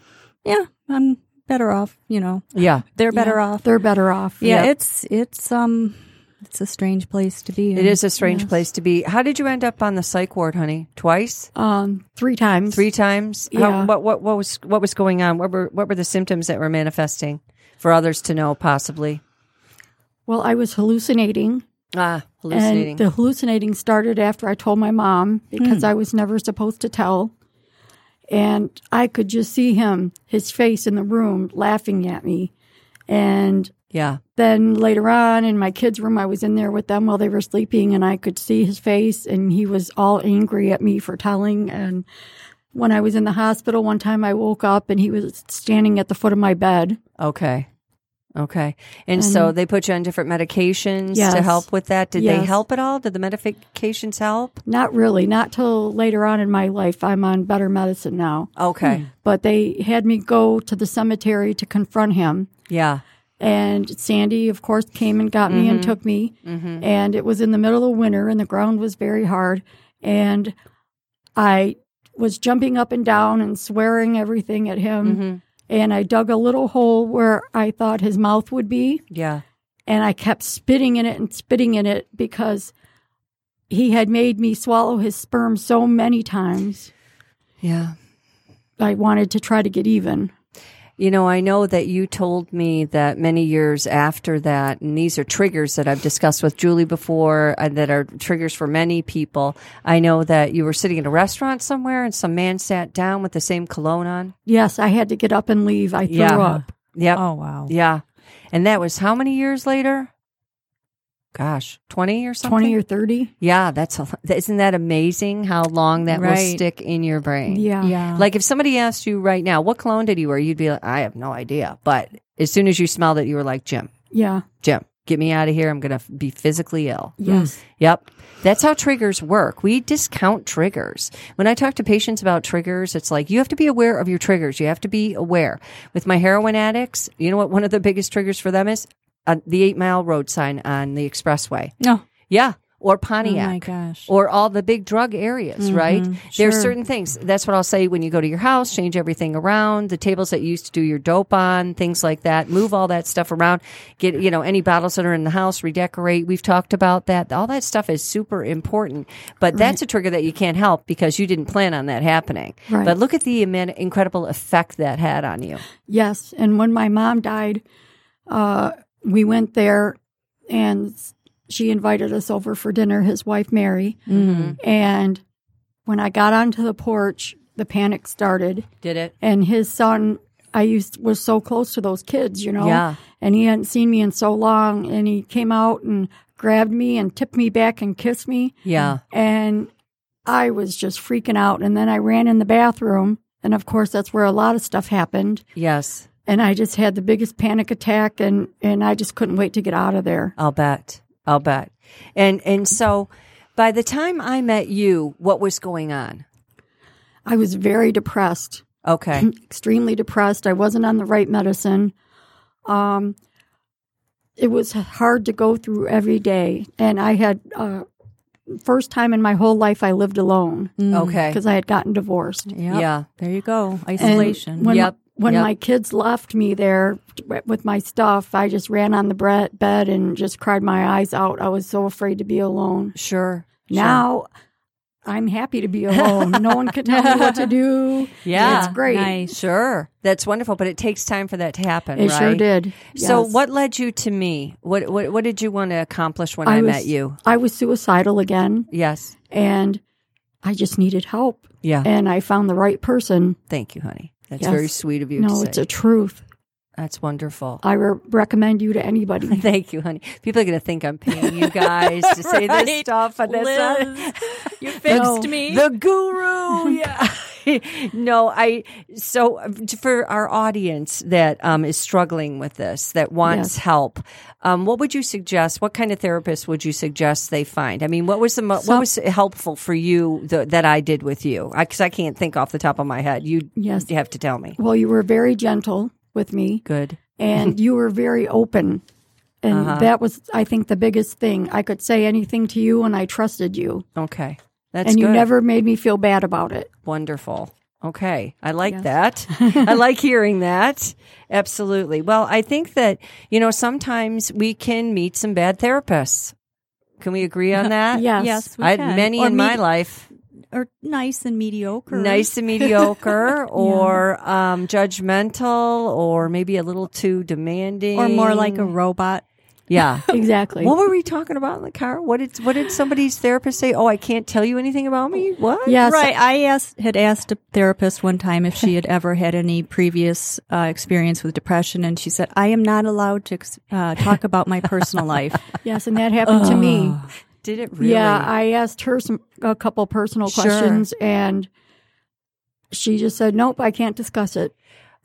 yeah, I'm better off, you know. Yeah. They're better off. They're better off. Yeah, Yep. it's it's um it's a strange place to be. It in. is a strange place to be. How did you end up on the psych ward, honey? Twice, Um, three times. three times. How- Yeah. what what what was what was going on? What were what were the symptoms that were manifesting for others to know? Possibly. Well, I was hallucinating. Ah, hallucinating. Hmm. And the hallucinating started after I told my mom because I was never supposed to tell. And I could just see him, his face in the room, laughing at me. And yeah. then later on in my kids' room, I was in there with them while they were sleeping, and I could see his face, and he was all angry at me for telling. And when I was in the hospital one time, I woke up and he was standing at the foot of my bed. Okay. Okay. And so they put you on different medications to Yes. help with that. Did they Yes. help at all? Did the medications help? Not really, not till later on in my life. I'm on better medicine now. Okay. but they had me go to the cemetery to confront him. Yeah. And Sandy, of course, came and got me and took me. And it was in the middle of winter, and the ground was very hard. And I was jumping up and down and swearing everything at him. hmm And I dug a little hole where I thought his mouth would be. Yeah. And I kept spitting in it and spitting in it because he had made me swallow his sperm so many times. Yeah. I wanted to try to get even. You know, I know that you told me that many years after that, and these are triggers that I've discussed with Julie before and that are triggers for many people. I know that you were sitting in a restaurant somewhere and some man sat down with the same cologne on. Yes, I had to get up and leave. I threw Yeah. up. Yep. Oh wow. Yeah. And that was how many years later? Gosh, 20 or something? 20 or 30? Yeah, that's a, isn't that amazing how long that will Right. stick in your brain? Yeah. Yeah. Like if somebody asked you right now, what cologne did you wear? You'd be like, I have no idea. But as soon as you smelled it, you were like, Jim, Yeah. Jim, get me out of here. I'm going to be physically ill. Yes. Yep. That's how triggers work. We discount triggers. When I talk to patients about triggers, it's like you have to be aware of your triggers. You have to be aware. With my heroin addicts, you know what one of the biggest triggers for them is? Uh, the eight mile road sign on the expressway. No. Yeah. Or Oh my Pontiac gosh. or all the big drug areas, right? There are certain things. That's what I'll say when you go to your house, change everything around, the tables that you used to do your dope on, things like that. Move all that stuff around. Get, you know, any bottles that are in the house, redecorate. We've talked about that. All that stuff is super important, but that's a trigger that you can't help because you didn't plan on that happening. Right. But look at the imen- incredible effect that had on you. Yes, and when my mom died, uh, we went there, and she invited us over for dinner. His wife Mary, Mm-hmm. Mhm. and when I got onto the porch, the panic started. Did it? And his son, I used was so close to those kids, you know. Yeah. And he hadn't seen me in so long, and he came out and grabbed me and tipped me back and kissed me, Yeah. and I was just freaking out. And then I ran in the bathroom, and of course, that's where a lot of stuff happened Yes. and I just had the biggest panic attack and and I just couldn't wait to get out of there. I'll bet. I'll bet. And and so by the time I met you, what was going on? I was very depressed, Okay. Mm-hmm. extremely depressed. I wasn't on the right medicine. Um it was hard to go through every day and I had uh first time in my whole life I lived alone Okay. because I had gotten divorced. Yep. Yeah. There you go. And Isolation. When, Yep, When yep. my kids left me there with my stuff, I just ran on the bre- bed and just cried my eyes out. I was so afraid to be alone. Sure. Now I'm happy to be alone. no one can tell me what <laughs> to do. Yeah. It's great. Nice. Sure. That's wonderful, but it takes time for that to happen, It right? sure did. So Yes. what led you to me? What what what did you want to accomplish when I, was- met you? I was suicidal again Yes. and I just needed help. Yeah. And I found the right person. Thank you, honey. That's Yes. very sweet of you to No, say. it's a truth. That's wonderful. I re- recommend you to <laughs> anybody. Thank you, honey. People are going to think I'm paying <laughs> you guys to say this Right. stuff, and that's not- Liz, <laughs> you fixed No. me. the guru <laughs> yeah no i so uh, for our audience that um, is struggling with this that wants Yes. help um, what would you suggest what kind of therapist would you suggest they find i mean what was the mo- what Some- was helpful for you th- that i did with you because I, can't think off the top of my head you Yes. you have to tell me Well, you were very gentle with me. good <laughs> Uh-huh. and you were very open. And that was, I think, the biggest thing. I could say anything to you, and I trusted you. okay that's and you good. never made me feel bad <laughs> about it. Wonderful. Okay. I like that. <laughs> I like hearing that. Absolutely. Well, I think that, you know, sometimes we can meet some bad therapists. Can we agree <laughs> on that? Yes. Yes, we I had can. many Or in my medi- life, or nice and mediocre. nice and <laughs> mediocre, or um, judgmental, or maybe a little too demanding, Or more like a robot. <laughs> yeah. Exactly. what were we talking about in the car? What did what did somebody's therapist say? Oh, I can't tell you anything about me. What? yes. Right. I asked had asked a therapist one time if <laughs> she had ever had any previous uh, experience with depression, and she said, "I am not allowed to ex- uh, talk about my personal <laughs> life." Yes. And that happened to <sighs> me. Ah. Did it really? Yeah. I asked her some a couple personal Sure. questions, and she just said, "Nope, I can't discuss it."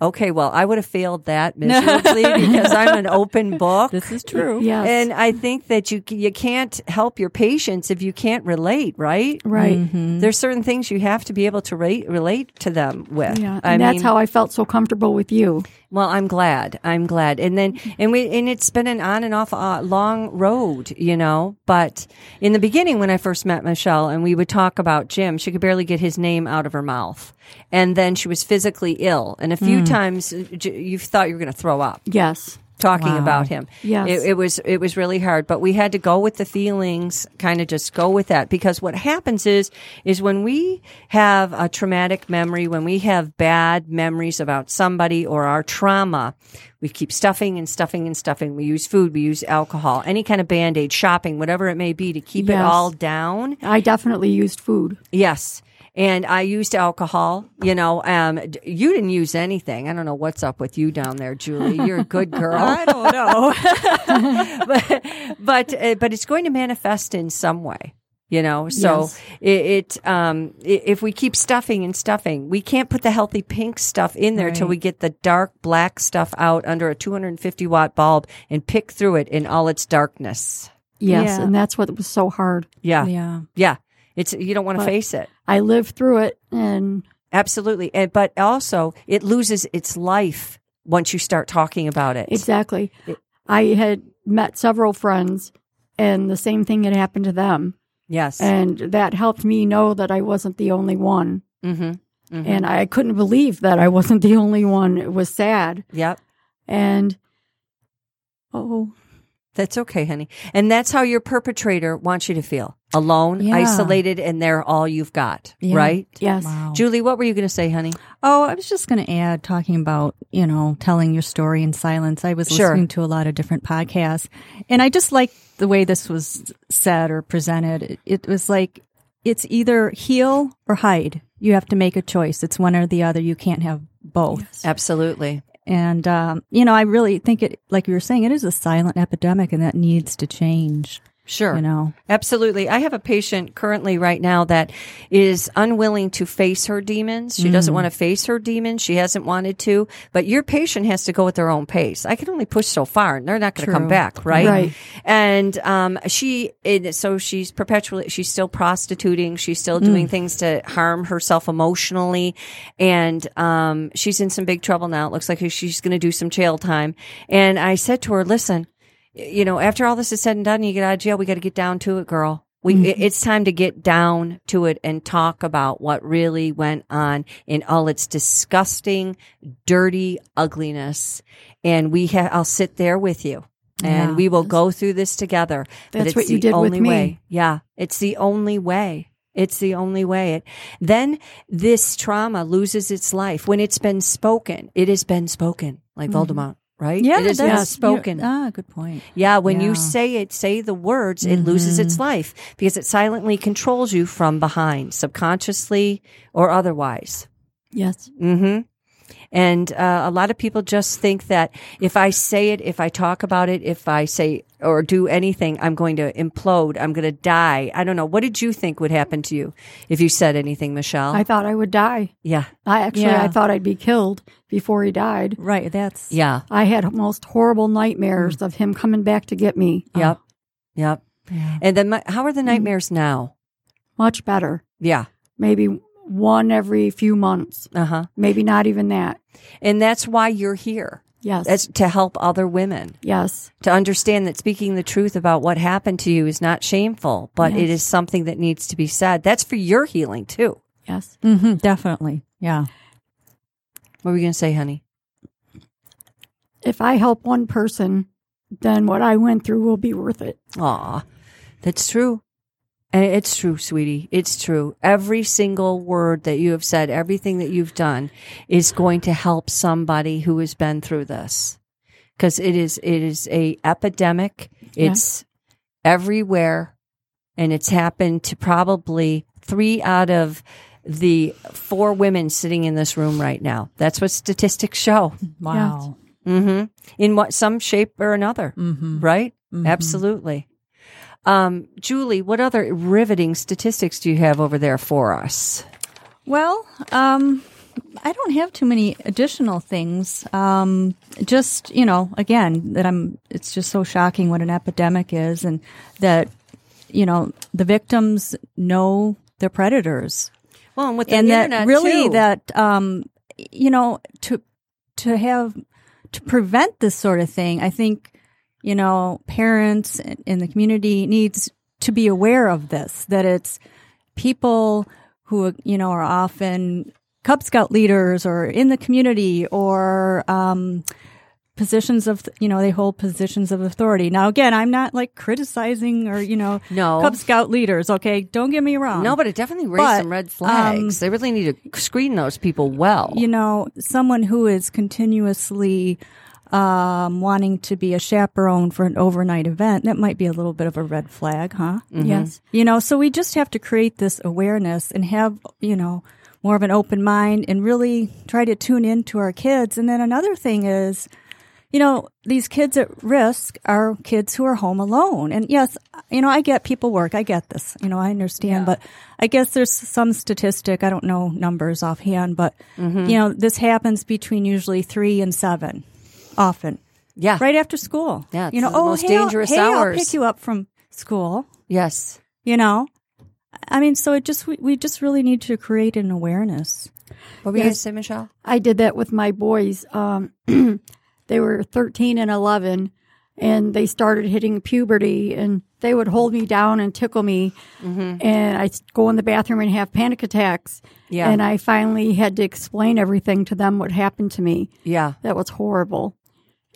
Okay, well, I would have failed <laughs> that miserably because I'm an open book. This is true. Yes. And I think that you you can't help your patients if you can't relate, right? right. There's certain things you have to be able to rate, relate to them with. Yeah. I And that's mean- how I felt so comfortable with you. Well, I'm glad. I'm glad. And then, Mm-hmm. and we, and it's been an on and off uh, long road, you know. But in the beginning, when I first met Michelle and we would talk about Jim, she could barely get his name out of her mouth. And then she was physically ill. And a few Mm. times uh, j- you thought you were going to throw up Yes. talking about him. Yes. It, it was it was really hard, but we had to go with the feelings, kind of just go with that because what happens is is when we have a traumatic memory, when we have bad memories about somebody or our trauma, we keep stuffing and stuffing and stuffing. We use food, we use alcohol, any kind of band-aid, shopping, whatever it may be to keep it Yes. all down. I definitely used food. Yes. And I used alcohol, you know, um, d- you didn't use anything. I don't know what's up with you down there, Julie. You're a good girl. <laughs> I don't know. but, but, uh, but it's going to manifest in some way, you know? So Yes. it, it, um, i if we keep stuffing and stuffing, we can't put the healthy pink stuff in there till we Right. get the dark black stuff out under a 250 watt bulb and pick through it in all its darkness. Yes. Yeah. And that's what was so hard. Yeah. Yeah. <laughs> Yeah. It's, you don't want to But- face it. I lived through it and Absolutely. And, but also, it loses its life once you start talking about it. Exactly. It- I had met several friends, and the same thing had happened to them. yes. And that helped me know that I wasn't the only one. mm-hmm. And I couldn't believe that I wasn't the only one. It was sad. Yep. And oh, That's okay, honey. And that's how your perpetrator wants you to feel alone, Yeah. isolated, and they're all you've got, Yeah. right? yes. Wow. Julie, what were you going to say, honey? Oh, I was just going to add talking about, you know, telling your story in silence. I was Sure. listening to a lot of different podcasts and I just like the way this was said or presented. It, it was like it's either heal or hide. You have to make a choice. It's one or the other. You can't have both. Absolutely. And, um, you know, I really think it, like you were saying, it is a silent epidemic and that needs to change, Sure. you know. Absolutely. I have a patient currently right now that is unwilling to face her demons. She Mm. doesn't want to face her demons. She hasn't wanted to, but your patient has to go at their own pace. I can only push so far and they're not going to come True. back. Right. Right. And, um, she, and so she's perpetually, she's still prostituting. She's Mm. still doing things to harm herself emotionally. And, um, she's in some big trouble now. It looks like she's going to do some jail time. And I said to her, listen, you know, after all this is said and done, you get out of jail. We got to get down to it, girl. We Mm-hmm. it- it's time to get down to it and talk about what really went on in all its disgusting, dirty ugliness. And we, ha- I'll sit there with you, and Yeah. we will go through this together. But That's it's what you the did with only me. way. Yeah, it's the only way. It's the only way. It, then this trauma loses its life when it's been spoken. It has been spoken, like Mm-hmm. Voldemort, right? it has been that's- spoken. you- ah, good point. Yeah, when Yeah. Mm-hmm. you say it, say the words, it loses its life because it silently controls you from behind, subconsciously or otherwise. Yes. hmm And uh, a lot of people just think that if I say it, if I talk about it, if I say or do anything, I'm going to implode. I'm going to die. I don't know. What did you think would happen to you if you said anything, Michelle? I thought I would die. yeah, I actually, I Yeah. thought I'd be killed before he died. Right. That's, yeah, I had most horrible nightmares of him coming back to get me. Uh, yep, yep. Oh. yeah. Mm-hmm. And then, my, how are the nightmares now? Much better. Yeah, Maybe one every few months. uh huh. Maybe not even that. And that's why you're here. Yes. That's to help other women. yes. to understand that speaking the truth about what happened to you is not shameful, but it is something that needs to be said. That's for your healing too. Yes. hmm definitely. Yeah. What were you going to say, honey? If I help one person, then what I went through will be worth it. Aw, that's true. And it's true, sweetie. It's true. Every single word that you have said, everything that you've done is going to help somebody who has been through this. Cause it is, it is a epidemic. It's everywhere. and it's happened to probably three out of the four women sitting in this room right now. That's what statistics show. Wow. hmm In what some shape or another, Mm-hmm. right? Absolutely. Um, Julie, what other riveting statistics do you have over there for us? Well, um, I don't have too many additional things. Um, just you know, again, that I'm. It's just so shocking what an epidemic is, and that you know the victims know their predators, Well, and with the and that internet, really too. that um, you know to to have to prevent this sort of thing. I think you know parents and, and the community needs to be aware of this. That it's people who you know are often Cub Scout leaders or in the community or um, positions of you know they hold positions of authority. Now again, I'm not like criticizing or you know No. Cub Scout leaders. Okay, don't get me wrong. no, but it definitely raised um, but, um, some red flags. they really need to screen those people well. you know, someone who is continuously um, wanting to be a chaperone for an overnight event, that might be a little bit of a red flag, huh? Yes. You know, so we just have to create this awareness and have, you know, more of an open mind and really try to tune in to our kids. And then another thing is, you know, these kids at risk are kids who are home alone. And yes, you know, I get people work. I get this. You know, I understand, but I guess there's some statistic. I don't know numbers offhand, but Mm-hmm. you know, this happens between usually three and seven often yeah. right after school. Ah. Yeah, it's You know, the oh, most hey, I'll- dangerous hey, hours." I'll pick you up from school Yes. you know i mean so it just we, we just really need to create an awareness What were you going to say, Michelle? I did that with my boys. Um, <clears throat> they were 13 and 11, and they started hitting puberty, and they would hold me down and tickle me. Mm-hmm. And I'd go in the bathroom and have panic attacks. Yeah. And I finally had to explain everything to them what happened to me. Yeah. That was horrible.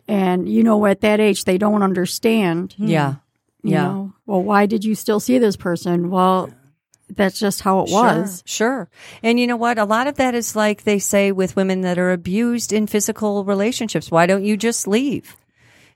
And, you know, at that age, they don't understand. Mm. Yeah. you Yeah. know, well, why did you still see this person? Well, that's just how it was. Sure. sure. And you know what? A lot of that is like they say with women that are abused in physical relationships. Why don't you just leave?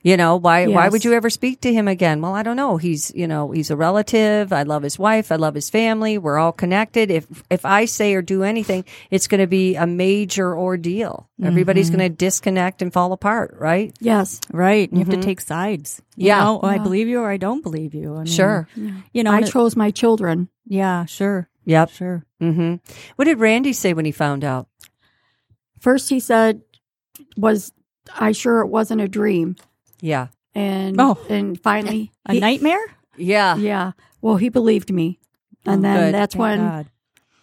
You know, why why Yes. would you ever speak to him again? Well, I don't know. He's, you know, he's a relative. I love his wife. I love his family. We're all connected. If if I say or do anything, it's going to be a major ordeal. Everybody's going to disconnect and fall apart, right? Mm-hmm. Yes. right you have to take sides you Yeah. know? Oh, i believe you or i don't believe you I mean, Sure. you know I and it- chose my children. yeah sure Yep. sure Mhm. What did Randy say when he found out? First, he said, "Was I sure it wasn't a dream?" Yeah. And Oh. and finally, <laughs> a he- nightmare Yeah. <laughs> Yeah. Well, he believed me, and then good. that's Oh, Thank when God.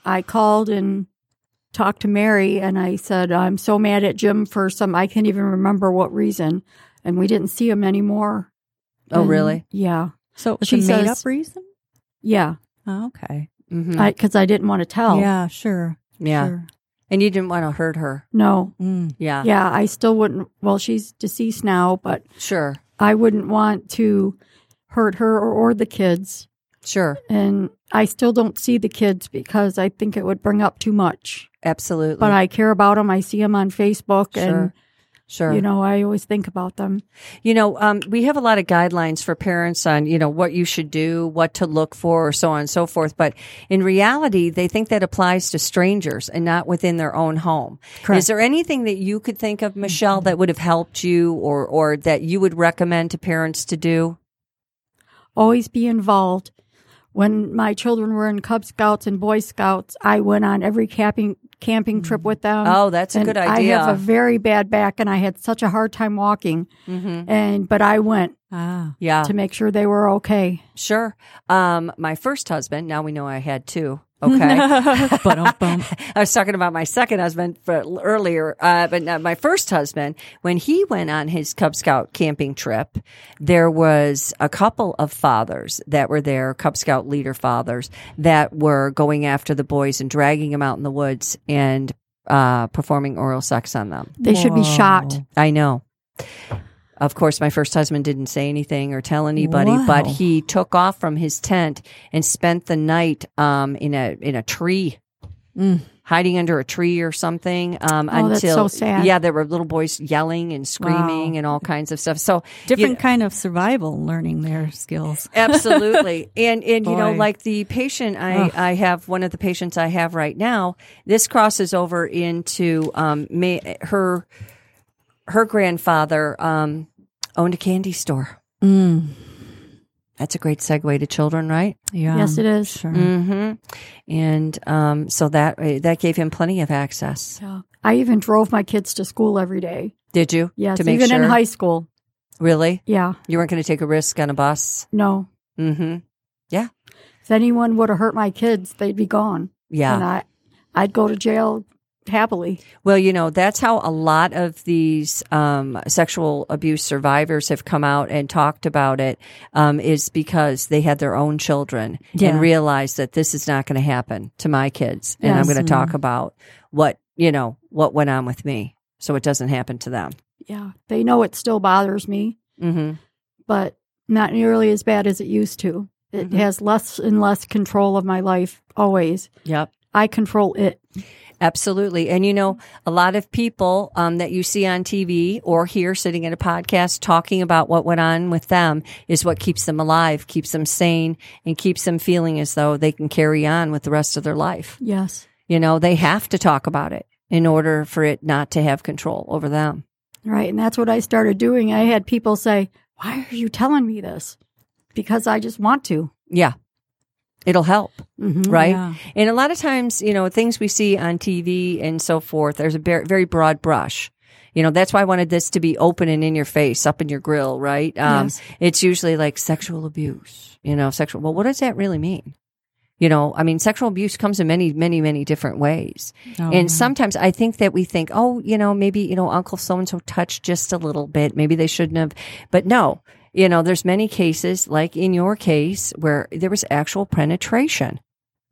I called and talked to Mary, and I said, "I'm so mad at Jim for some I can't even remember what reason." And we didn't see him anymore. Oh, And- really? Yeah. so it was she a made says- up reason Yeah. oh, okay Mhm. Because I, didn't want to tell. yeah sure yeah. sure. And you didn't want to hurt her. No. Mm. Yeah. Yeah, I still wouldn't. Well, she's deceased now, but Sure. I wouldn't want to hurt her or, or the kids. Sure. And I still don't see the kids because I think it would bring up too much. Absolutely. But I care about them. I see them on Facebook, Sure. Sure. and you know, I always think about them. You know, um, we have a lot of guidelines for parents on, you know, what you should do, what to look for, or so on and so forth. But in reality, they think that applies to strangers and not within their own home. Is there anything that you could think of, Michelle, that would have helped you or, or that you would recommend to parents to do? Always be involved. When my children were in Cub Scouts and Boy Scouts, I went on every camping camping trip with them. Oh, that's a And good I have idea. a very bad back, and I had such a hard time walking. Mm-hmm. And but I went. ah Yeah. to make sure they were okay. Sure. Um, my first husband, now we know I had <laughs> two. Okay. <laughs> Ba-dum-bum. <laughs> I was talking about my second husband for earlier, uh, but not my first husband, when he went on his Cub Scout camping trip, there was a couple of fathers that were there, Cub Scout leader fathers, that were going after the boys and dragging them out in the woods and uh, performing oral sex on them. They should be shot. Whoa. I know. Of course, my first husband didn't say anything or tell anybody, Wow. but he took off from his tent and spent the night um, in a in a tree, Mm. hiding under a tree or something. Um, Oh, until that's so sad. yeah, there were little boys yelling and screaming and all kinds of stuff. So different kind of survival learning their skills <laughs> Absolutely. And and you know, Boy. like the patient I, Ugh. I have one of the patients I have right now, this crosses over into um ma her her grandfather um owned a candy store. Mm. That's a great segue to children, right? Yeah. yes, it Mm. is. Sure. Mm-hmm. hmm And um, so that that gave him plenty of access. So I even drove my kids to school every day. Did you? Yes, To make even sure. in high school. Really? Yeah, You weren't going to take a risk on a bus? no. Mm-hmm. If anyone would have hurt my kids, they'd be gone, Yeah. and I, I'd go to jail happily. Well, you know, that's how a lot of these um, sexual abuse survivors have come out and talked about it um, is because they had their own children Yeah. and realized that this is not going to happen to my kids. And I'm Yes. Mm-hmm. going to talk about what, you know, what went on with me so it doesn't happen to them. Yeah, they know it still bothers me, hmm but not nearly as bad as it used to. It Mhm. has less and less control of my life always. Yep. I control it. Absolutely. And you know, a lot of people um, that you see on TV or hear sitting in a podcast talking about what went on with them is what keeps them alive, keeps them sane, and keeps them feeling as though they can carry on with the rest of their life. Yes. You know, they have to talk about it in order for it not to have control over them. Right. And that's what I started doing. I had people say, Why are you telling me this? Because I just want to. Yeah. It'll help. Mm-hmm. right? Yeah. And a lot of times, you know, things we see on TV and so forth, there's a very, very broad brush. You know, that's why I wanted this to be open and in your face, up in your grill, right? Um, Yes. It's usually like sexual abuse, you know, sexual. Well, what does that really mean? You know, I mean, sexual abuse comes in many, many, many different ways. Oh, and yeah. sometimes I think that we think, oh, you know, maybe, you know, Uncle so and so touched just a little bit. Maybe they shouldn't have. But no, you know, there's many cases, like in your case, where there was actual penetration.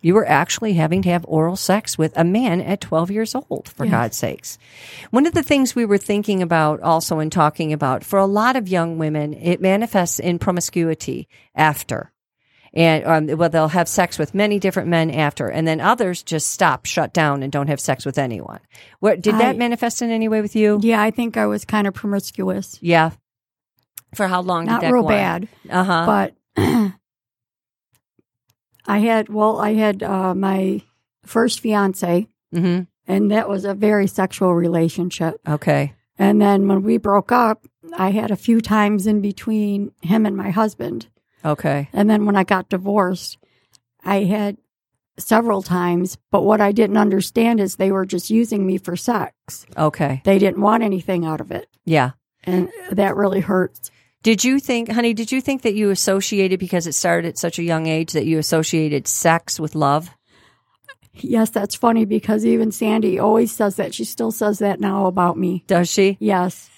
You were actually having to have oral sex with a man at 12 years old, for Yes. God's sakes. One of the things we were thinking about also and talking about for a lot of young women, it manifests in promiscuity after. And um, well, they'll have sex with many different men after, and then others just stop, shut down, and don't have sex with anyone. Where, did that I- manifest in any way with you? Yeah, I think I was kind of promiscuous. Yeah. For how long? Not did that real go bad, Uh huh. but <clears throat> I had, well, I had uh, my first fiance, hmm and that was a very sexual relationship. Okay. And then when we broke up, I had a few times in between him and my husband. Okay. And then when I got divorced, I had several times, but what I didn't understand is they were just using me for sex. Okay. They didn't want anything out of it. Yeah. And that really hurts. Did you think, honey? Did you think that you associated because it started at such a young age that you associated sex with love? Yes, that's funny because even Sandy always says that. She still says that now about me. Does she? Yes.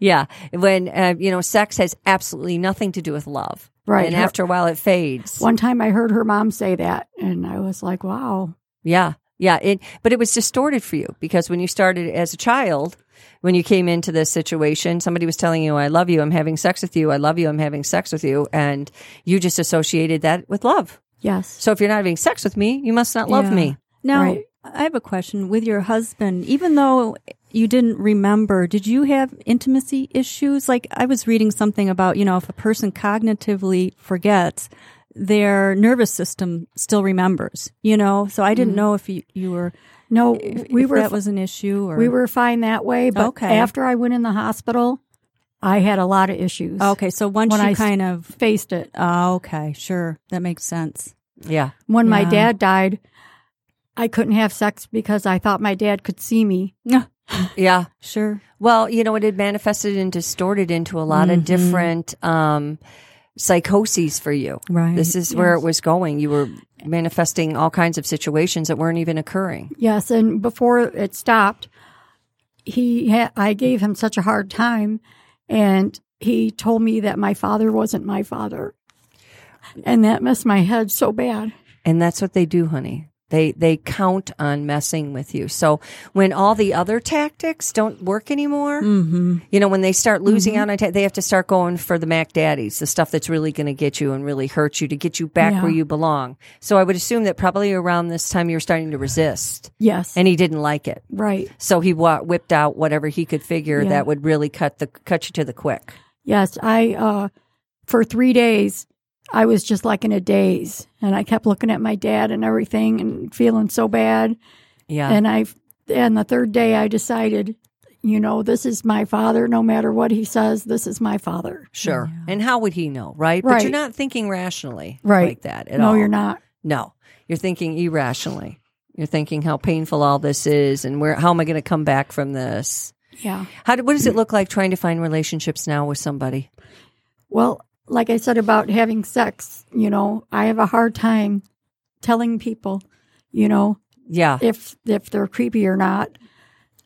Yeah. When uh, you know, sex has absolutely nothing to do with love. Right. And Her- after a while, it fades. One time I heard her mom say that, and I was like, wow. Yeah. Yeah. It, but it was distorted for you because when you started as a child, when you came into this situation, somebody was telling you, I love you. I'm having sex with you. I love you. I'm having sex with you. And you just associated that with love. Yes. So if you're not having sex with me, you must not love Yeah. me. Now, Right. I have a question. With your husband, even though you didn't remember, did you have intimacy issues? Like I was reading something about, you know, if a person cognitively forgets, their nervous system still remembers, you know? So I didn't know if you, you were, No, if, Mm-hmm. we if were that was an issue or. we were fine that way, but Okay. after I went in the hospital, I had a lot of issues. Ah, Okay. So once When you I s- kind of. Faced it. Oh, okay. Sure. That makes sense. Yeah. when my Yeah. dad died, I couldn't have sex because I thought my dad could see me. Yeah. Sure. Well, you know, it had manifested and distorted into a lot of Mm-hmm. Mhm. different um, psychoses for you. Right. This is where it Yes. was going. You were manifesting all kinds of situations that weren't even occurring. Yes, and before it stopped, he ha- I gave him such a hard time, and he told me that my father wasn't my father, and that messed my head so bad. And that's what they do, honey. They they count on messing with you. So when all the other tactics don't work anymore, Mm-hmm. you know, when they start losing Mm-hmm. out on ta- they have to start going for the Mac Daddies, the stuff that's really going to get you and really hurt you to get you back Yeah. where you belong. So I would assume that probably around this time you're starting to resist, Yes, and he didn't like it. right. So he wa- whipped out whatever he could figure Yeah. that would really cut the cut you to the quick. Yes, I uh, for three days I was just like in a daze, and I kept looking at my dad and everything, and feeling so bad. Yeah. and I and the third day I decided, You know, this is my father. No matter what he says, this is my father. Sure. And how would he know, right? But you're Right. not thinking rationally Right. like that at no, all. you're not. No, you're thinking irrationally. You're thinking how painful all this is and where how am I going to come back from this? Yeah. How do, what does it look like trying to find relationships now with somebody? Well, like I said about having sex, you know, I have a hard time telling people, you know, Yeah. if if they're creepy or not.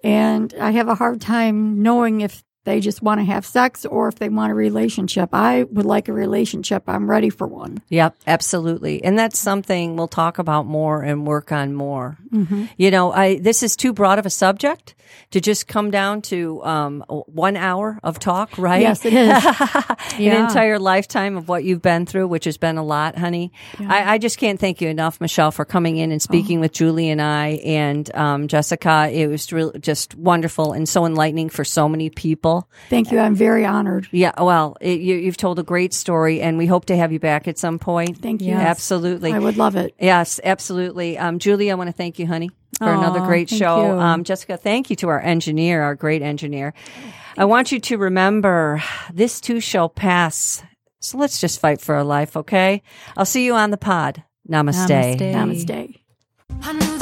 And I have a hard time knowing if they just want to have sex or if they want a relationship. I would like a relationship. I'm ready for one. Yep, absolutely. And that's something we'll talk about more and work on more. Mm-hmm. You know, I this is too broad of a subject to just come down to um, one hour of talk, right? Yes, it is. An Yeah. entire lifetime of what you've been through, which has been a lot, honey. I, I just can't thank you enough, Michelle, for coming in Oh. and speaking with Julie and I and um, Jessica. It was real just wonderful and so enlightening for so many people. Thank you. I'm very honored. Yeah, well, it, you, you've told a great story, and we hope to have you back at some point. Thank you. Absolutely. I would love it. Yes, absolutely. Um, Julie, I want to thank you, honey, for another Aw, great thank show. you. Um, Jessica, thank you to our engineer, our great engineer. I want you to remember this too shall pass. So let's just fight for our life, okay? I'll see you on the pod. Namaste. Namaste. Namaste. I knew